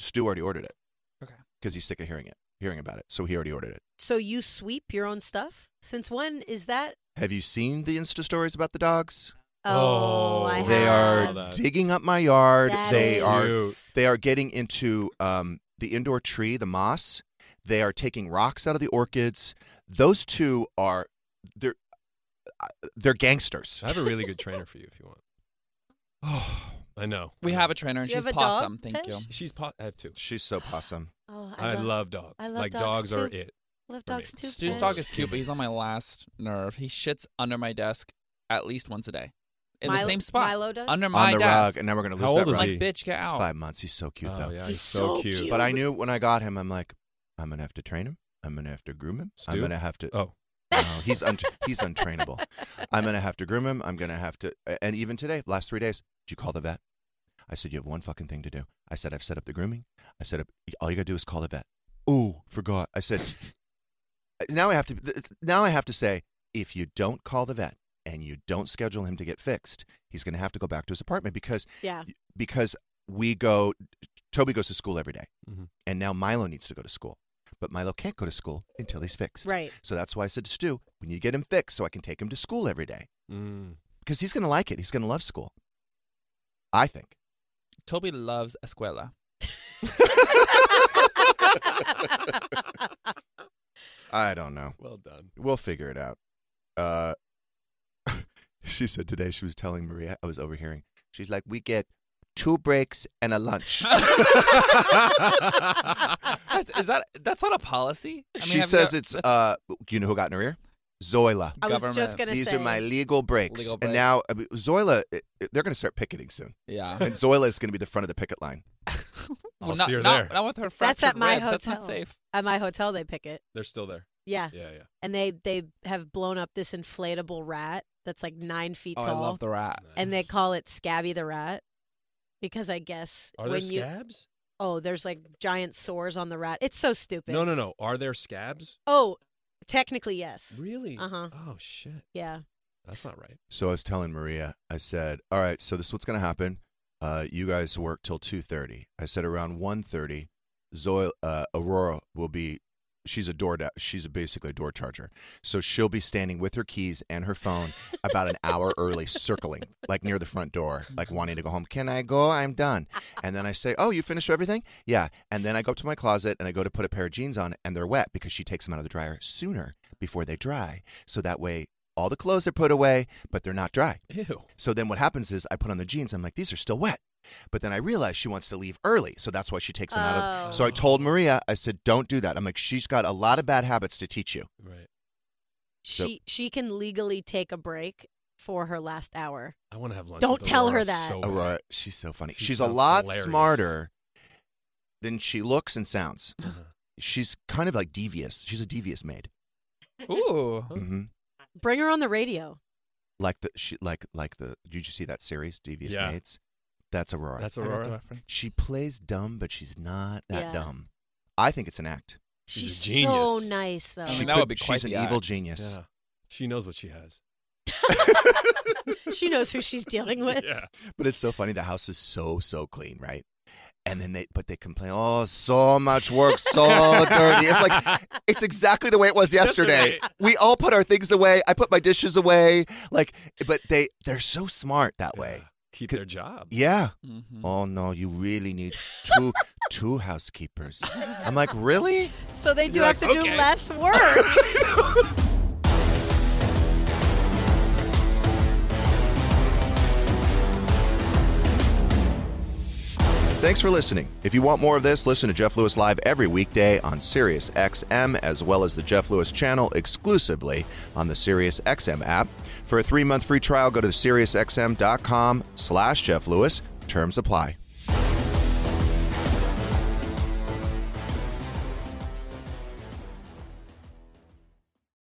S2: Stu already ordered it.
S5: Okay.
S2: Because he's sick of hearing it, hearing about it. So he already ordered it.
S6: so you sweep your own stuff. Since when is that?
S2: Have you seen the Insta stories about the dogs?
S6: Oh, I
S2: they
S6: have.
S2: are
S7: that.
S2: digging up my yard.
S6: That
S2: they
S6: is-
S2: are
S7: Cute.
S2: they are getting into um, the indoor tree, the moss. They are taking rocks out of the orchids. Those two are they're uh, they're gangsters.
S7: I have a really good trainer for you if you want.
S2: Oh,
S7: I know.
S5: We have a trainer, and
S6: You
S5: she's
S6: have a dog,
S5: possum. Thank you.
S6: Pesh?
S7: She's po- I have two.
S2: she's so possum.
S6: Oh, I,
S7: I,
S6: love,
S7: love dogs.
S6: I love
S7: like
S6: dogs,
S7: dogs, are
S6: too.
S7: it.
S6: love
S7: for me.
S6: dogs too.
S5: Stu's
S6: Pesh.
S5: dog is cute, but he's on my last nerve. He shits under my desk at least once a day, in
S6: Milo-
S5: the same spot.
S6: Milo does?
S5: under
S2: On
S5: my
S2: the
S5: desk.
S2: rug, and now we're gonna lose
S7: How
S2: that
S7: old is
S2: rug.
S5: Like,
S7: he?
S5: bitch, get
S2: He's
S5: out.
S2: five months. He's so cute
S7: oh
S2: though.
S7: yeah, he's,
S6: He's
S7: so
S6: so
S7: cute.
S6: cute.
S2: But I knew when I got him, I'm like, I'm gonna have to train him. I'm gonna have to groom him. I'm
S7: Stu?
S2: gonna have to.
S7: Oh,
S2: No, he's un- he's untrainable. I'm gonna have to groom him. I'm gonna have to. And even today, last three days, did you call the vet? I said you have one fucking thing to do. I said I've set up the grooming. I set up. All you gotta do is call the vet. Oh, forgot. I said. "Uh, now I have to. Now I have to say, if you don't call the vet and you don't schedule him to get fixed, he's gonna have to go back to his apartment because
S6: Yeah.
S2: because we go. Toby goes to school every day,
S5: Mm-hmm.
S7: Mhm.
S2: and now Milo needs to go to school, but Milo can't go to school until he's fixed.
S6: Right.
S2: So that's why I said to Stu, we need to get him fixed so I can take him to school every day
S7: mm.
S2: because he's going to like it. He's going to love school. I think.
S5: Toby loves escuela.
S2: I don't know.
S7: Well done.
S2: We'll figure it out. Uh, she said today she was telling Maria, I was overhearing, she's like, we get two breaks and a lunch.
S5: That's- Is that that's not a policy? I mean,
S2: she
S5: have
S2: says
S5: you-
S2: it's,
S5: that's-
S2: uh, you know who got in her ear? Zoila.
S6: I was just Government. gonna
S2: These
S6: say-
S2: are my legal breaks.
S5: Legal
S2: And
S5: breaks.
S2: now I mean, Zoila, i- i- they're going to start picketing soon.
S5: Yeah.
S2: And Zoila is going to be the front of the picket line.
S5: Well, not, not- not with her
S6: That's at
S5: fractured
S6: my
S5: ribs.
S6: hotel.
S5: That's not safe.
S6: At my hotel, they pick it.
S7: They're still there.
S6: Yeah.
S7: Yeah, yeah.
S6: And they they have blown up this inflatable rat that's like nine feet
S5: Oh, I
S6: tall.
S5: love the rat.
S6: And they call it Scabby the rat because I guess
S7: Are there
S6: when you
S7: scabs?
S6: oh, there's like giant sores on the rat. It's so stupid.
S7: No, no, no. Are there scabs?
S6: Oh, technically yes.
S7: Really?
S6: Uh huh.
S7: Oh shit.
S6: Yeah.
S7: That's not right.
S2: So I was telling Maria, I said, "All right, so this is what's going to happen. Uh, you guys work till two thirty. I said around one thirty, Zoe uh, Aurora will be. She's a door. da- She's basically a door charger. So she'll be standing with her keys and her phone about an hour early, circling like near the front door, like wanting to go home. Can I go? I'm done. And then I say, "Oh, you finished everything? Yeah." And then I go up to my closet and I go to put a pair of jeans on, and they're wet because she takes them out of the dryer sooner before they dry. So that way, all the clothes are put away, but they're not dry.
S7: Ew.
S2: So then what happens is I put on the jeans. I'm like, these are still wet. But then I realize she wants to leave early. So that's why she takes them out
S6: Oh.
S2: of. So I told Maria, I said, don't do that. I'm like, she's got a lot of bad habits to teach you.
S7: Right.
S2: So-
S6: She she can legally take a break for her last hour.
S7: I want to have lunch.
S6: Don't
S7: with
S6: tell her
S7: Aurora
S6: that.
S7: so
S5: Oh,
S7: bad.
S2: Aurora, she's so funny.
S7: She
S2: she's a
S7: sounds
S2: lot
S7: hilarious.
S2: smarter than she looks and sounds.
S5: Uh-huh.
S2: She's kind of like devious. She's a devious maid.
S5: Ooh.
S2: hmm
S6: Bring her on the radio.
S2: Like the she like like the. Did you see that series, Devious
S7: Yeah.
S2: Maids? That's Aurora.
S7: That's
S5: I got the
S7: Aurora.
S5: reference.
S2: she plays dumb, but she's not that
S6: Yeah.
S2: dumb. I think it's an act.
S6: She's,
S7: She's a
S6: so
S7: genius.
S6: nice though.
S5: I
S2: She
S5: mean, that would
S2: could-
S5: be quite
S2: she's an
S5: the
S2: evil
S5: act.
S2: genius.
S7: Yeah. She knows what she has.
S6: she knows who she's dealing with.
S7: Yeah.
S2: But it's so funny. The house is so so clean, right? And then they, but they complain, oh, so much work, so dirty. It's like, it's exactly the way it was yesterday. We all put our things away. I put my dishes away. Like, but they, they're so smart that way.
S7: Yeah. Keep
S2: Could-
S7: their job.
S2: Yeah.
S5: Mhm.
S2: Oh no, you really need two, two housekeepers. I'm like, really?
S6: So they do
S7: You're
S6: have
S7: like,
S6: to do
S7: "Okay."
S6: less work.
S2: Thanks for listening. If you want more of this, listen to Jeff Lewis Live every weekday on Sirius XM as well as the Jeff Lewis channel exclusively on the Sirius XM app. For a three-month free trial, go to SiriusXM.com slash Jeff Lewis. Terms apply.